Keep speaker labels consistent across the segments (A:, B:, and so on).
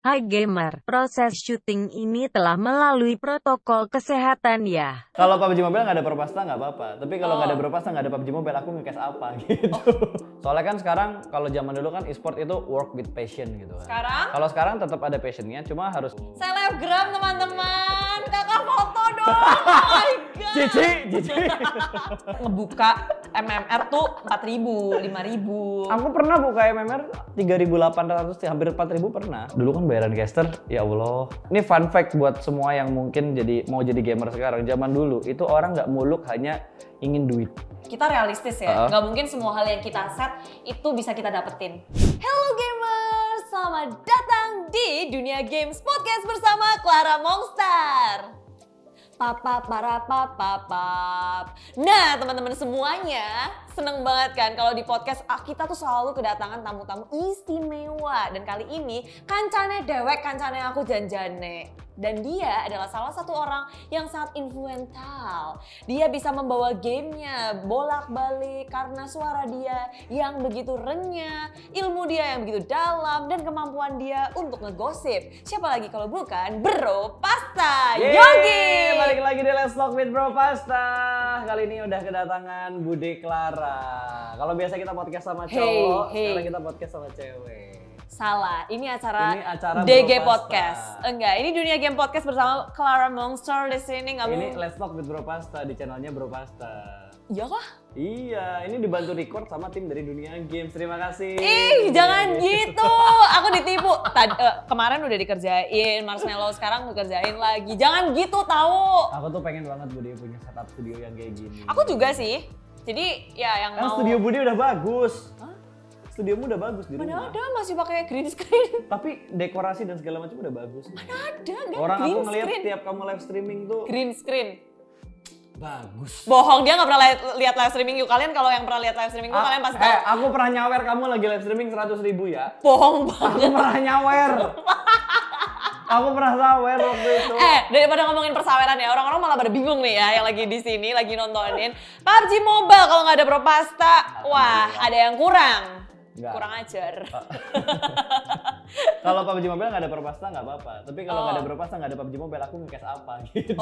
A: Hai gamer, proses syuting ini telah melalui protokol kesehatan ya.
B: Kalau PUBG Mobile nggak ada perpasta nggak apa-apa. Tapi kalau
C: Oh.
B: nggak ada perpasta nggak ada PUBG Mobile aku nge-cash apa gitu. Soalnya kan sekarang kalau zaman dulu kan e-sport itu work with passion gitu kan.
C: Sekarang? Oh.
B: Kalau sekarang tetap ada passionnya, cuma harus
C: Selebgram teman-teman, kakak foto dong. Oh my god.
B: Cici, cici.
C: Ngebuka MMR tuh 4000, 5000.
B: aku pernah buka MMR 3.800 sih, hampir 4.000 pernah. Dulu kan bayaran caster, ya Allah. Ini fun fact buat semua yang mungkin jadi mau jadi gamer sekarang. Zaman dulu itu orang nggak muluk hanya ingin duit.
C: Kita realistis
B: Uh-uh.
C: ya, nggak mungkin semua hal yang kita set itu bisa kita dapetin. Hello gamers, selamat datang di Dunia Games Podcast bersama Clara Mongstar. Papa para papa pap. Nah, teman-teman semuanya, seneng banget kan kalau di podcast ah, kita tuh selalu kedatangan tamu-tamu istimewa dan kali ini kancane dewek kancane aku janjane. Dan dia adalah salah satu orang yang sangat influental. Dia bisa membawa gamenya bolak-balik karena suara dia yang begitu renyah, ilmu dia yang begitu dalam, dan kemampuan dia untuk ngegosip. Siapa lagi kalau bukan Bro Pasta
B: Yeay,
C: Yogi!
B: Balik lagi di Let's Talk with Bro Pasta. Kali ini udah kedatangan Bude Clara. Kalau biasa kita podcast sama
C: Hey,
B: cowok,
C: hey.
B: sekarang kita podcast sama cewek.
C: Salah, ini acara,
B: Ini acara
C: DG
B: Bro Pasta.
C: Podcast. Enggak, ini Dunia Game Podcast bersama Clara Monster di sini. Nggak
B: Ini
C: mungkin.
B: Let's Talk with Bro Pasta di channelnya Bro Pasta.
C: Ya lah.
B: Iya, ini dibantu record sama tim dari Dunia Games. Terima kasih. Iya.
C: Ih, jangan gitu. Aku ditipu. Tad- eh, kemarin udah dikerjain, Marshmallow sekarang dikerjain lagi. Jangan gitu tahu.
B: Aku tuh pengen banget Bude punya setup studio yang kayak gini.
C: Aku juga sih. Jadi ya yang
B: Kan
C: mau.
B: studio Bude udah bagus. Studiomu udah bagus di
C: Mana
B: rumah.
C: ada masih pakai green screen?
B: Tapi dekorasi dan segala macam udah bagus.
C: Ada nggak
B: Orang
C: green
B: aku ngeliat
C: screen?
B: tiap kamu live streaming tuh
C: Green screen.
B: bagus.
C: Bohong dia nggak pernah lihat, lihat live streaming you. Kalian kalau yang pernah lihat live streaming gua,
B: Ah,
C: kalian pasti
B: eh,
C: tahu.
B: aku pernah nyawer kamu lagi live streaming 100 ribu ya.
C: Bohong banget.
B: Aku pernah nyawer. aku pernah sawer waktu itu.
C: Eh, daripada ngomongin persaweran ya, orang-orang malah pada bingung nih ya yang lagi di sini, lagi nontonin. PUBG Mobile kalau nggak ada Bro Pasta, wah ada yang kurang.
B: Nggak. Ah.
C: Kurang ajar.
B: Kalau PUBG Mobile nggak ada perpasta nggak apa-apa. Tapi kalau nggak
C: Oh.
B: ada perpasta nggak ada PUBG Mobile aku nge-cash apa gitu.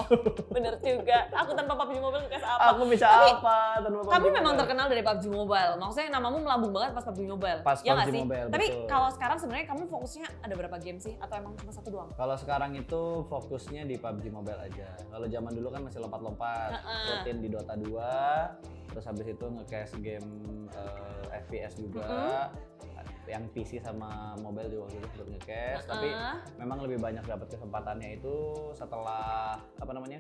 C: Bener juga, aku tanpa PUBG Mobile ngekas apa.
B: Aku bisa
C: Tapi,
B: apa tanpa PUBG
C: Kamu memang
B: Mobile.
C: terkenal dari PUBG Mobile, maksudnya namamu melambung banget pas PUBG Mobile. Ya
B: Pas
C: nggak
B: PUBG Mobile,
C: Tapi
B: betul.
C: kalau sekarang sebenarnya kamu fokusnya ada berapa game sih? Atau emang cuma satu doang?
B: Kalau sekarang itu fokusnya di PUBG Mobile aja. Kalau zaman dulu kan masih lompat-lompat,
C: Heeh.
B: rutin di Dota 2, terus habis itu nge-cash game eh, FPS juga.
C: Mm-hmm.
B: Yang PC sama mobile juga waktu itu sempet nge-cash, tapi
C: Heeh.
B: memang lebih banyak dapat kesempatannya itu setelah apa namanya?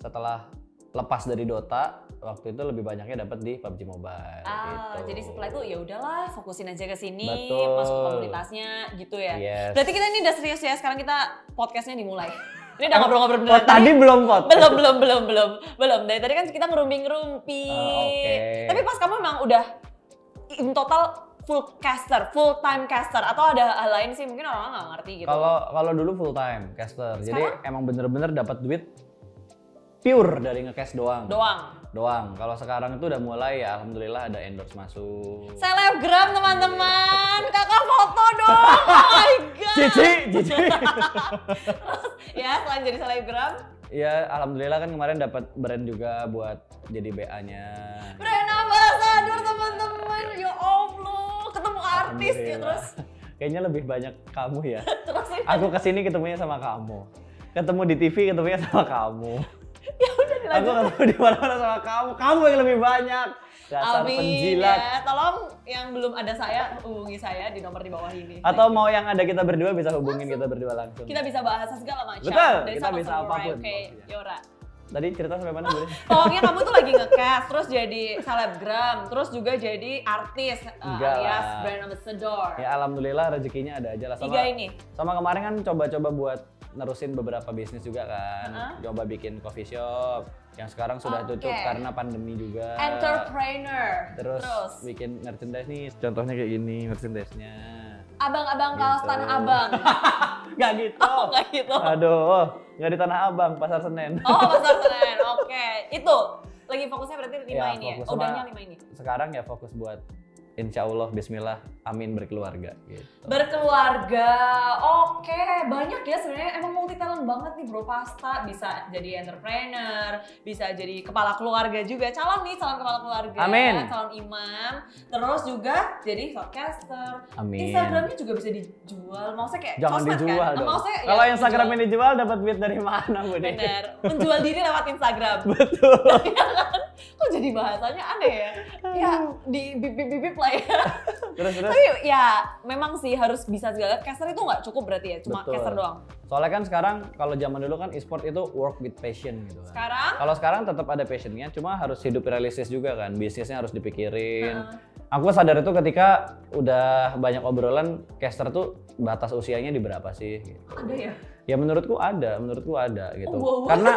B: Setelah lepas dari Dota, waktu itu lebih banyaknya dapat di PUBG Mobile
C: Ah,
B: gitu.
C: jadi setelah itu ya udahlah fokusin aja ke sini,
B: Betul. Iya.
C: masuk komunitasnya gitu ya.
B: Yes.
C: Berarti kita ini udah serius ya, sekarang kita podcastnya dimulai. Ini udah ngobrol-ngobrol
B: Oh,
C: beneran.
B: tadi belum pot.
C: Belum, belum, belum, belum, belum. Dari tadi kan kita ngerumpi-ngerumpi.
B: Oh, oke.
C: Tapi pas kamu emang udah in total full caster, full time caster atau ada hal lain sih mungkin orang nggak ngerti gitu.
B: Kalau kalau dulu full time caster. Jadi emang bener-bener dapat duit pure dari nge-cash doang.
C: Doang.
B: doang. Kalau sekarang itu udah mulai ya alhamdulillah ada endorse masuk.
C: Selebgram teman-teman,
B: Iya.
C: kakak foto dong. Oh my god.
B: Cici, cici.
C: Ya, selain jadi selebgram,
B: ya alhamdulillah kan kemarin dapat brand juga buat jadi BA-nya.
C: Brand ambassador teman-teman, ya Allah, ketemu artis ya
B: Alhamdulillah.
C: terus
B: Kayaknya lebih banyak kamu ya.
C: terus ini
B: Aku kesini ketemunya sama kamu. Ketemu di TV ketemunya sama kamu.
C: ya udah
B: Aku
C: dilanjut.
B: ketemu di mana-mana sama kamu. Kamu yang lebih banyak. Dasar
C: Amin
B: penjilat.
C: ya, tolong yang belum ada saya hubungi saya di nomor di bawah ini.
B: Atau mau yang ada kita berdua bisa hubungin kita berdua langsung.
C: kita bisa bahas segala macam.
B: Betul,
C: dari
B: kita
C: sama
B: bisa
C: samurai,
B: apapun
C: Oke,
B: pokoknya.
C: Yora.
B: Tadi cerita sampai mana Bu?
C: Pokoknya kamu tuh lagi ngecast, terus jadi selebgram, terus juga jadi artis eh,
B: Enggak
C: alias
B: lah.
C: brand ambassador.
B: ya alhamdulillah rezekinya ada aja lah sama.
C: Tiga ini.
B: Sama kemarin kan coba-coba buat nerusin beberapa bisnis juga kan. Coba bikin coffee shop yang sekarang sudah
C: Ah, Oke.
B: tutup karena pandemi juga.
C: Entrepreneur.
B: Eh, Terus, bikin merchandise nih. Contohnya kayak gini merchandise-nya.
C: abang-abang kaos
B: Gitu.
C: tanah abang.
B: Gak gitu.
C: Oh, nggak gitu.
B: Aduh, nggak di Tanah Abang, Pasar Senen.
C: Oh, pasar Senen. Oke, itu lagi fokusnya berarti lima
B: Ya,
C: ini ya.
B: fokus
C: Oh,
B: sama-
C: udahnya lima ini.
B: Sekarang ya fokus buat insya Allah Bismillah Amin berkeluarga gitu.
C: berkeluarga. Oke, banyak ya sebenarnya emang multi talent banget nih Bro Pasta, bisa jadi entrepreneur, bisa jadi kepala keluarga juga. Calon nih calon kepala keluarga,
B: Amin.
C: calon imam, terus juga jadi podcaster.
B: Amin.
C: Instagramnya juga bisa dijual. Maksudnya kayak
B: Jangan
C: sosmed
B: dijual
C: kan?
B: dong.
C: Maksudnya
B: Kalau
C: ya,
B: Instagram
C: dijual.
B: ini dijual dapat duit dari mana Bu Deh?
C: Bener, menjual diri lewat Instagram.
B: Betul.
C: Iya kan? Kok jadi bahasanya aneh ya? Ya, di bibip-bibip lah ya.
B: Terus terus.
C: Tapi ya memang sih harus bisa segala. Caster itu nggak cukup berarti ya, cuma
B: Betul.
C: caster doang.
B: Soalnya kan sekarang kalau zaman dulu kan e-sport itu work with passion gitu kan.
C: Sekarang?
B: Kalau sekarang tetap ada passionnya, cuma harus hidup realistis juga kan. Bisnisnya harus dipikirin. Aku sadar itu ketika udah banyak obrolan, caster tuh batas usianya di berapa sih? Gitu.
C: Ada ya?
B: Ya menurutku ada, menurutku ada gitu.
C: Oh, wow.
B: Karena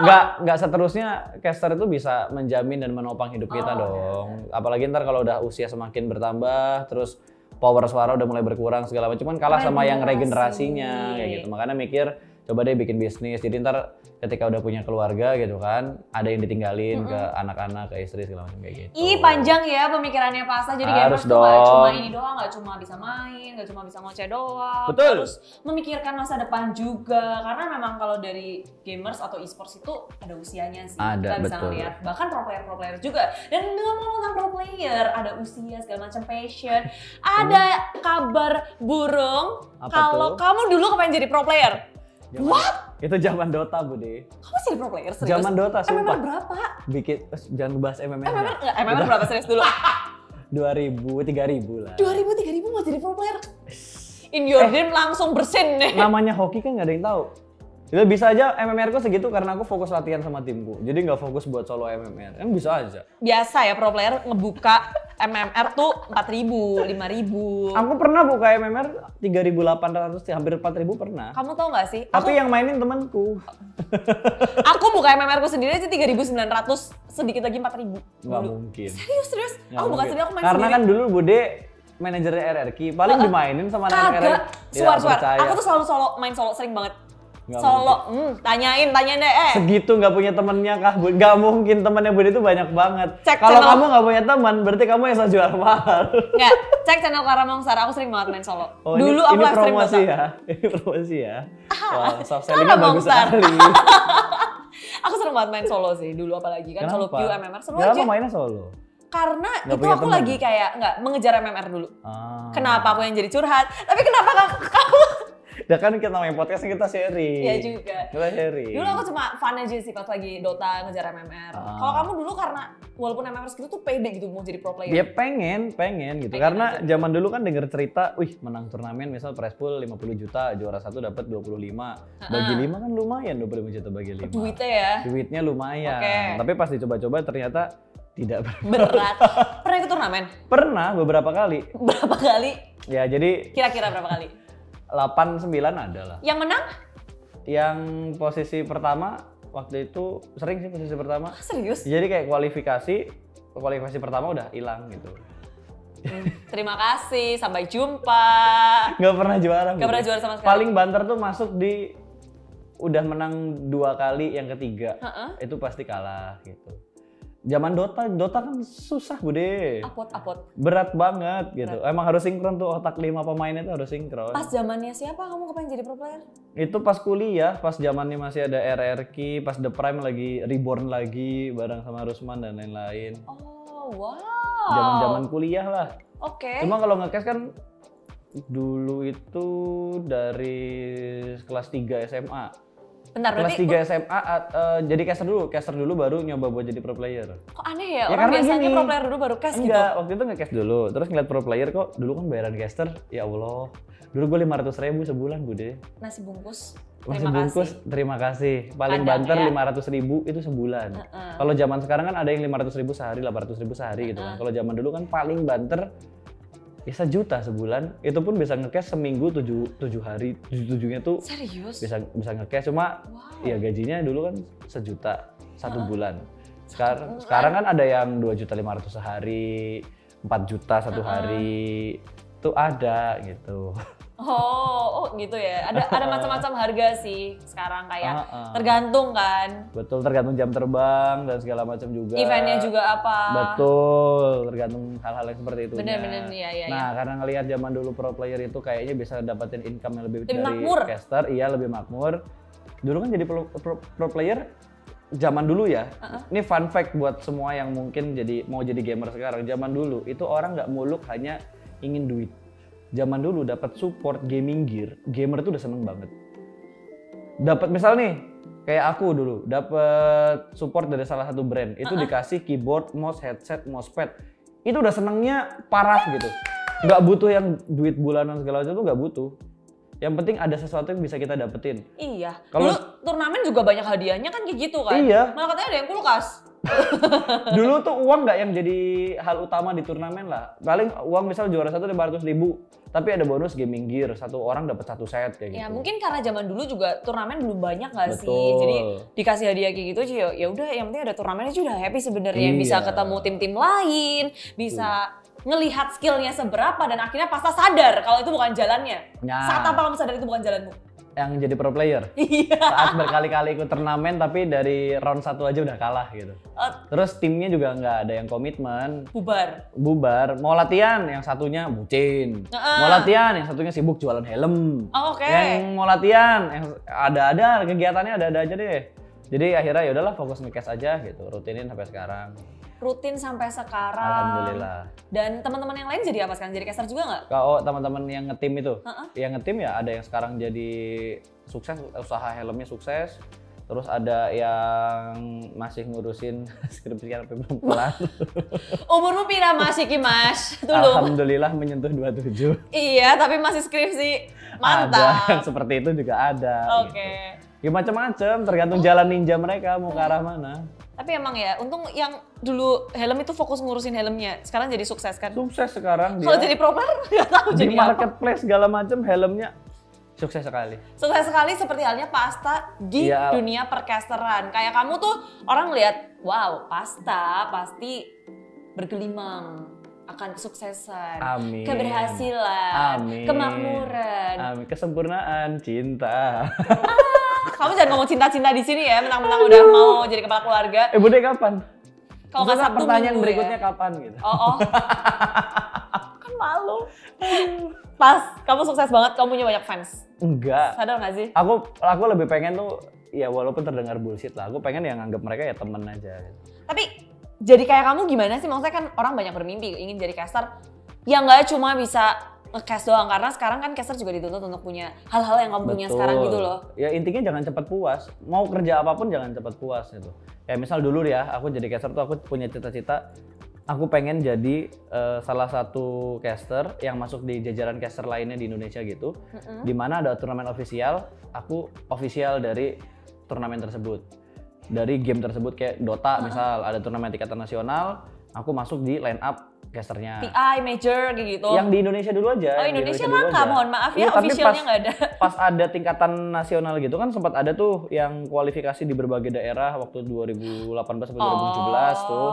B: nggak nggak seterusnya caster itu bisa menjamin dan menopang hidup kita
C: Oh, iya,
B: dong. Apalagi ntar kalau udah usia semakin bertambah, terus power suara udah mulai berkurang segala macam kan kalah sama yang
C: Regenerasi.
B: regenerasinya kayak gitu. Makanya mikir coba deh bikin bisnis. Jadi ntar ketika udah punya keluarga gitu kan, ada yang ditinggalin ke anak-anak, ke istri segala macam kayak gitu.
C: Ih panjang ya pemikirannya Pasta jadi
B: Harus
C: gamers tuh nggak
B: dong.
C: cuma ini doang, nggak cuma bisa main, nggak cuma bisa ngoceh doang.
B: Betul.
C: Terus memikirkan masa depan juga karena memang kalau dari gamers atau esports itu ada usianya sih.
B: Ada,
C: Kita bisa
B: betul.
C: ngeliat bahkan pro player pro player juga. Dan ngomong tentang pro player ada usia segala macam passion. Ada kabar burung
B: Apa
C: kalau
B: tuh?
C: kamu dulu kepengen jadi pro player.
B: Zaman- Itu zaman Dota, Bude.
C: Kamu sih jadi pro player serius?
B: Zaman Dota
C: MMR
B: sumpah.
C: berapa?
B: Bikin eh, jangan bahas MMR.
C: MMR nggak? MMR Eh, berapa serius dulu?
B: 2000, 3000 lah.
C: 2000 3000 mau jadi pro player. In your
B: Eh.
C: dream langsung bersin nih.
B: namanya hoki kan nggak ada yang tahu. Itu bisa aja MMR ku segitu karena aku fokus latihan sama timku. Jadi nggak fokus buat solo MMR. Kan bisa aja.
C: Biasa ya pro player ngebuka MMR tuh 4000, 5000.
B: Aku pernah buka MMR 3.800 hampir 4.000 pernah.
C: Kamu tau gak sih? Aku,
B: Tapi yang mainin temanku.
C: aku buka MMR ku sendiri aja 3900, sedikit lagi 4000.
B: Nggak
C: Dulu.
B: mungkin.
C: Serius, serius.
B: Nggak
C: aku bukan
B: mungkin.
C: sendiri, aku main
B: Karena
C: sendiri.
B: kan dulu Bude manajernya RRQ paling dimainin sama anak RRQ.
C: Kagak, suar-suar. Aku tuh selalu solo, main solo sering banget.
B: Iya, Nggak
C: solo, hmm, tanyain, tanyain deh. Eh.
B: segitu nggak punya temennya kah Bu? Nggak mungkin temennya Bude itu banyak banget.
C: Cek
B: Kalau
C: channel.
B: kamu nggak punya teman, berarti kamu yang sok jual mahal.
C: Nggak, cek channel Clara Mongsar, aku sering banget main solo.
B: Oh,
C: Dulu
B: ini,
C: aku
B: ini
C: live stream Ah,
B: promosi
C: banget.
B: ya. Ini promosi ya. Wah, soft
C: Clara
B: sellingnya bagus
C: Mongsar.
B: sekali.
C: Aku sering banget main solo sih dulu apalagi kan solo Q MMR seru
B: Kenapa
C: aja.
B: mainnya solo?
C: Karena
B: Nggak
C: itu
B: punya
C: aku
B: teman.
C: lagi kayak nggak mengejar MMR dulu.
B: Ah.
C: Kenapa aku yang jadi curhat? Tapi kenapa kak- kamu?
B: Ya kan kita main podcast kita sharing.
C: Iya juga.
B: Kita sharing.
C: Dulu aku cuma fun aja sih pas lagi Dota ngejar MMR.
B: Ah.
C: Kalau kamu dulu karena walaupun MMR segitu tuh pede gitu mau jadi pro
B: dia
C: player.
B: pengen, pengen gitu.
C: Pengen
B: Karena zaman dulu kan denger cerita, wih menang turnamen misal prize pool 50 juta, juara satu dapat 25. Bagi lima kan lumayan 25 juta bagi lima.
C: Duitnya ya
B: Duitnya lumayan.
C: Oke.
B: Tapi pas dicoba-coba ternyata tidak ber-
C: berat. Pernah ikut turnamen?
B: pernah beberapa kali.
C: Berapa kali?
B: Ya jadi
C: Kira-kira berapa kali?
B: 8 9 ada lah.
C: Yang menang?
B: yang posisi pertama waktu itu sering sih posisi pertama
C: Ah, Serius?
B: jadi kayak kualifikasi kualifikasi pertama udah hilang gitu Iya.
C: Hmm, Terima kasih, sampai jumpa.
B: nggak pernah juara
C: Gak
B: Bu.
C: pernah juara sama sekali.
B: paling banter tuh masuk di udah menang dua kali yang ketiga
C: Heeh.
B: itu pasti kalah gitu zaman Dota Dota kan susah bude
C: Apot, apot.
B: berat banget gitu emang harus sinkron tuh otak lima pemain itu harus sinkron
C: Pas zamannya siapa kamu kepengen jadi pro player?
B: itu pas kuliah pas zamannya masih ada RRQ pas The Prime lagi reborn lagi bareng sama Rusman dan lain-lain
C: Oh, wow.
B: zaman-zaman kuliah lah.
C: Oke.
B: Cuma kalau ngekes kan dulu itu dari kelas 3 SMA.
C: Bentar,
B: Kelas
C: berarti
B: 3 SMA at- eh, jadi caster dulu, caster dulu baru nyoba buat jadi pro player.
C: kok aneh ya?
B: Ya,
C: Orang
B: karena
C: biasanya
B: gini.
C: pro player dulu baru cash gitu.
B: Enggak, waktu itu ngecast dulu, terus ngeliat pro player kok dulu kan bayaran caster, ya Allah. Dulu gue 500 ribu sebulan bude.
C: Nasi bungkus.
B: Masih
C: Terima
B: bungkus,
C: kasih.
B: terima kasih. Paling
C: Kadang
B: banter
C: ya.
B: 500 ribu itu sebulan.
C: Heeh.
B: Kalau zaman sekarang kan ada yang 500 ribu sehari, 800 ribu sehari gitu kan. Kalau zaman dulu kan paling banter ya sejuta sebulan. Itu pun bisa ngecash seminggu 7, 7 hari, 7 tujuhnya tuh
C: Serius?
B: bisa bisa ngecash. Cuma
C: Wow.
B: ya gajinya dulu kan sejuta satu bulan. Sekarang sekarang kan ada yang 2 juta 500 sehari, 4 juta satu hari. Itu ada gitu.
C: Oh, oh gitu ya. Ada ada macam-macam harga sih sekarang kayak
B: Ah, ah.
C: tergantung kan.
B: Betul, tergantung jam terbang dan segala macam juga.
C: Eventnya juga apa?
B: Betul, tergantung hal-hal yang seperti itu.
C: Bener-bener, iya, iya,
B: Nah, karena ngelihat zaman dulu pro player itu kayaknya bisa dapetin income yang lebih,
C: Lebih
B: dari
C: makmur.
B: caster, iya lebih makmur. Dulu kan jadi pro, pro- pro player zaman dulu ya. Ini fun fact buat semua yang mungkin jadi mau jadi gamer sekarang. Zaman dulu itu orang nggak muluk hanya ingin duit. Zaman dulu dapat support gaming gear, gamer tuh udah seneng banget dapat misal nih kayak aku dulu dapat support dari salah satu brand itu dikasih keyboard mouse headset mousepad itu udah senengnya parah gitu nggak butuh yang duit bulanan segala macam tuh nggak butuh yang penting ada sesuatu yang bisa kita dapetin
C: Iya.
B: Kalau-
C: Dulu turnamen juga banyak hadiahnya kan kayak gitu kan.
B: Iya.
C: Malah katanya ada yang kulkas.
B: dulu tuh uang nggak yang jadi hal utama di turnamen lah paling uang misal juara satu lima ratus ribu tapi ada bonus gaming gear satu orang dapat satu set kayak gitu
C: Ya mungkin karena zaman dulu juga turnamen belum banyak nggak sih.
B: Betul.
C: Jadi dikasih hadiah kayak gitu aja ya udah yang penting ada turnamen aja udah happy sebenarnya bisa
B: Iya.
C: ketemu tim-tim lain, bisa ngelihat skillnya seberapa dan akhirnya pasta sadar kalau itu bukan jalannya.
B: Nah.
C: Saat apa kamu sadar itu bukan jalanmu?
B: yang jadi pro player
C: Iya.
B: saat berkali-kali ikut turnamen tapi dari round satu aja udah kalah gitu
C: Eh,
B: Terus timnya juga nggak ada yang komitmen,
C: bubar.
B: bubar. Mau latihan, yang satunya bucin.
C: Heeh.
B: Mau latihan, yang satunya sibuk jualan helm.
C: Oh, oke.
B: Yang mau latihan, yang ada-ada kegiatannya ada-ada aja deh. Jadi akhirnya ya udahlah fokus nge-cash aja gitu, rutinin sampai sekarang.
C: Rutin sampai sekarang.
B: Alhamdulillah.
C: Dan teman-teman yang lain jadi apa sekarang? Jadi caster juga nggak?
B: Kalau teman-teman yang ngetim itu,
C: Heeh.
B: yang ngetim ya ada yang sekarang jadi sukses, usaha helmnya sukses. Terus ada yang masih ngurusin skripsi yang belum kelar.
C: Umurmu pira Mas Iki Mas? Tulung.
B: Alhamdulillah menyentuh 27.
C: Iya, tapi masih skripsi.
B: Ada yang
C: Mantap.
B: seperti itu juga ada.
C: Oke.
B: gitu. Ya macam-macam, tergantung jalan ninja mereka mau ke arah mana.
C: Tapi emang ya, untung yang dulu helm itu fokus ngurusin helmnya. Sekarang jadi sukses kan?
B: Sukses Iya. sekarang
C: Kalau
B: dia.
C: jadi pro player nggak tahu
B: Di
C: jadi apa.
B: marketplace segala macam helmnya sukses sekali.
C: Sukses sekali seperti halnya pasta di
B: Iya.
C: dunia percasteran. Kayak kamu tuh orang lihat, wow, pasta pasti bergelimang akan kesuksesan,
B: Amin.
C: keberhasilan,
B: Amin.
C: kemakmuran.
B: Amin. Kesempurnaan cinta.
C: Kamu jangan ngomong cinta-cinta di sini ya, mentang-mentang udah mau jadi kepala keluarga.
B: eh Bude kapan?
C: Kalau nggak
B: Maksudnya
C: Sabtu
B: pertanyaan
C: Minggu
B: berikutnya
C: ya.
B: kapan gitu.
C: Oh, oh. kan malu. Pas, kamu sukses banget, kamu punya banyak fans.
B: Enggak.
C: Sadar nggak sih?
B: Aku aku lebih pengen tuh ya walaupun terdengar bullshit lah, aku pengen yang nganggap mereka ya temen aja. gitu.
C: Tapi jadi kayak kamu gimana sih? Maksudnya kan orang banyak bermimpi ingin jadi caster. Ya nggak cuma bisa nge-cast doang. Karena sekarang kan caster juga dituntut untuk punya hal-hal yang kamu punya
B: Betul.
C: sekarang gitu loh.
B: Ya intinya jangan cepat puas. Mau kerja apapun jangan cepat puas gitu. Kayak misal dulu ya, aku jadi caster tuh aku punya cita-cita aku pengen jadi eh, salah satu caster yang masuk di jajaran caster lainnya di Indonesia gitu.
C: Mm-mm.
B: Di mana ada turnamen ofisial, aku ofisial dari turnamen tersebut. Dari game tersebut kayak Dota misal ada turnamen tingkatan nasional, aku masuk di line up casternya.
C: PI, major, kayak gitu.
B: Yang di Indonesia dulu aja.
C: oh
B: yang di
C: Indonesia
B: dulu
C: langka,
B: aja.
C: mohon maaf
B: Iya,
C: ya,
B: tapi
C: officialnya
B: pas-
C: nggak ada.
B: pas ada tingkatan nasional gitu kan sempat ada tuh yang kualifikasi di berbagai daerah waktu 2018 sampai 2017 tuh.
C: Oh.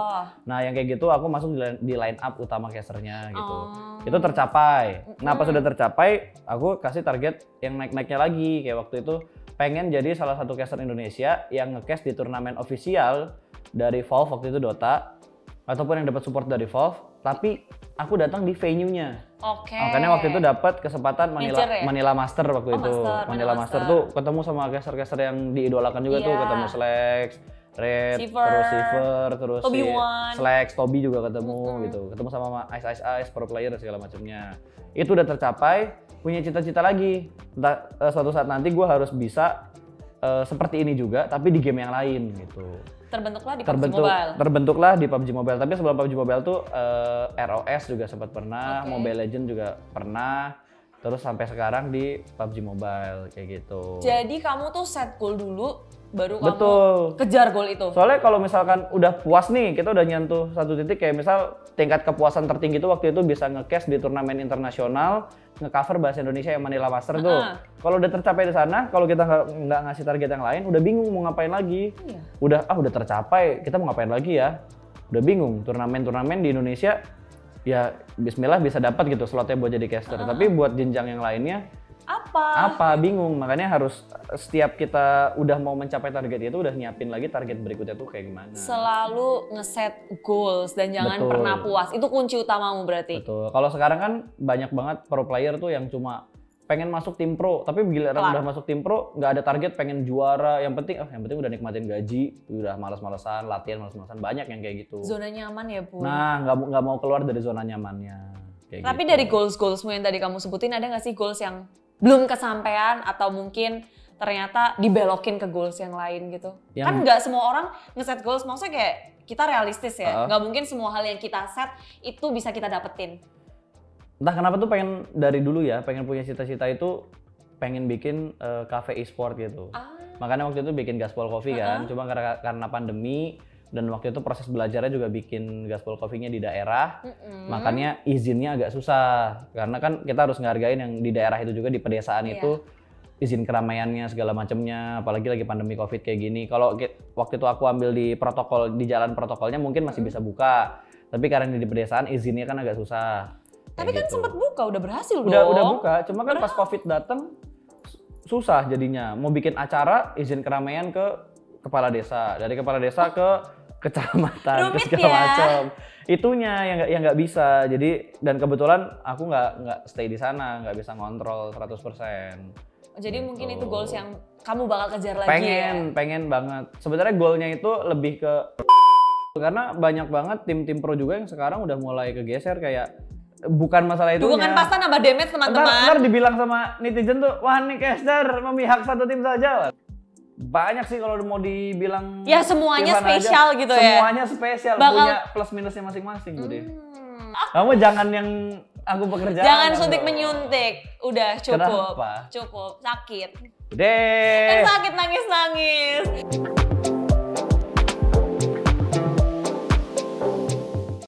B: Nah, yang kayak gitu aku masuk di line, di line up utama casternya gitu.
C: Oh.
B: Itu tercapai. Nah, pas
C: Mm-mm.
B: sudah tercapai, aku kasih target yang naik-naiknya lagi. Kayak waktu itu pengen jadi salah satu caster Indonesia yang nge-cast di turnamen ofisial dari Valve waktu itu Dota ataupun yang dapat support dari Valve, tapi aku datang di venue-nya.
C: Oke.
B: Makanya waktu itu dapat kesempatan Manila
C: Major ya?
B: Manila Master waktu
C: Oh,
B: itu.
C: Master, Manila
B: Manila Master.
C: Master.
B: tuh ketemu sama caster-caster yang diidolakan juga tuh,
C: Iya.
B: ketemu Slex, Red,
C: Siever,
B: terus Siever, terus
C: Toby
B: si
C: Wan.
B: Slex, Toby juga ketemu
C: Mm-mm.
B: gitu. Ketemu sama ma- Ice Ice Ice pro player dan segala macamnya. Itu udah tercapai, punya cita-cita lagi. Entah, eh, suatu saat nanti gue harus bisa eh, seperti ini juga tapi di game yang lain gitu
C: Terbentuklah di PUBG
B: terbentuk
C: Mobile.
B: terbentuklah di PUBG Mobile tapi sebelum PUBG Mobile tuh eh, ROS juga sempat pernah,
C: Oke.
B: Mobile Legend juga pernah, terus sampai sekarang di PUBG Mobile kayak gitu.
C: Jadi kamu tuh set goal dulu, baru
B: Betul.
C: kamu kejar goal itu.
B: Soalnya kalau misalkan udah puas nih, kita udah nyentuh satu titik kayak misal tingkat kepuasan tertinggi tuh waktu itu bisa nge-cash di turnamen internasional, nge-cover bahasa Indonesia yang Manila Master tuh.
C: Heeh.
B: Kalau udah tercapai di sana, kalau kita nggak nggak ngasih target yang lain, udah bingung mau ngapain lagi.
C: Iya.
B: Udah ah udah tercapai, kita mau ngapain lagi ya? Udah bingung turnamen-turnamen di Indonesia ya Bismillah bisa dapat gitu slotnya buat jadi caster. Tapi buat jenjang yang lainnya
C: Apa?
B: apa bingung makanya harus eh, setiap kita udah mau mencapai target itu udah nyiapin lagi target berikutnya tuh kayak gimana.
C: Selalu ngeset goals dan
B: Nah.
C: jangan
B: Betul.
C: pernah puas. Itu kunci utamamu berarti.
B: Betul. Kalau sekarang kan banyak banget pro player tuh yang cuma pengen masuk tim pro, tapi giliran
C: Kelar.
B: udah masuk tim pro nggak ada target pengen juara. Yang penting, oh, yang penting udah nikmatin gaji, udah malas-malasan, latihan malas-malasan banyak yang kayak gitu.
C: Zona nyaman ya, Bu.
B: Nah, nggak mau- nggak mau keluar dari zona nyamannya. Kayak
C: Tapi
B: gitu.
C: dari goals-goalsmu yang tadi kamu sebutin ada nggak sih goals yang belum kesampaian atau mungkin ternyata dibelokin ke goals yang lain gitu?
B: Yang-
C: Kan nggak semua orang ngeset goals, maksudnya kayak kita realistis ya,
B: Heeh.
C: nggak mungkin semua hal yang kita set itu bisa kita dapetin.
B: entah kenapa tuh pengen dari dulu ya, pengen punya cita-cita itu pengen bikin eh, cafe e-sport gitu.
C: Ah,
B: Makanya waktu itu bikin Gaspol Coffee kan, cuma karena karena pandemi dan waktu itu proses belajarnya juga bikin Gaspol Coffee-nya di daerah.
C: Mm-mm.
B: Makanya izinnya agak susah karena kan kita harus ngehargain yang di daerah itu juga di pedesaan
C: Iya.
B: itu izin keramaiannya segala macamnya apalagi lagi pandemi covid kayak gini. Kalau ki- waktu itu aku ambil di protokol di jalan protokolnya mungkin masih
C: Hmm.
B: bisa buka. Tapi karena ini di pedesaan izinnya kan agak susah.
C: Tapi kan
B: Kayak gitu.
C: sempat buka, udah berhasil
B: udah
C: dong.
B: udah buka, cuma kan pas covid datang su- susah jadinya. Mau bikin acara izin keramaian ke kepala desa, dari kepala desa ke kecamatan, ke
C: Rumit
B: segala
C: ya.
B: macam. Itunya yang nggak yang nggak bisa. Jadi dan kebetulan aku nggak nggak stay di sana, nggak bisa ngontrol 100%.
C: Jadi mungkin itu
B: Gitu.
C: goals yang kamu bakal kejar lagi ya.
B: Pengen, pengen banget. Sebenarnya goalnya itu lebih ke karena banyak banget tim-tim pro juga yang sekarang udah mulai kegeser kayak bukan masalah itu
C: Dukungan pasta nambah damage
B: Ntar,
C: teman-teman.
B: ntar dibilang sama netizen tuh, wah nih caster memihak satu tim saja. Banyak sih kalau mau dibilang.
C: Ya, semuanya
B: Ivan
C: spesial gitu ya.
B: Semuanya spesial,
C: Bakal-
B: punya plus minusnya masing-masing. Bu Dev.
C: Hmm.
B: Kamu jangan yang aku pekerjaan.
C: Jangan
B: kamu.
C: suntik menyuntik, udah cukup,
B: Kenapa? Eh.
C: cukup sakit.
B: Deh.
C: Kan sakit nangis-nangis.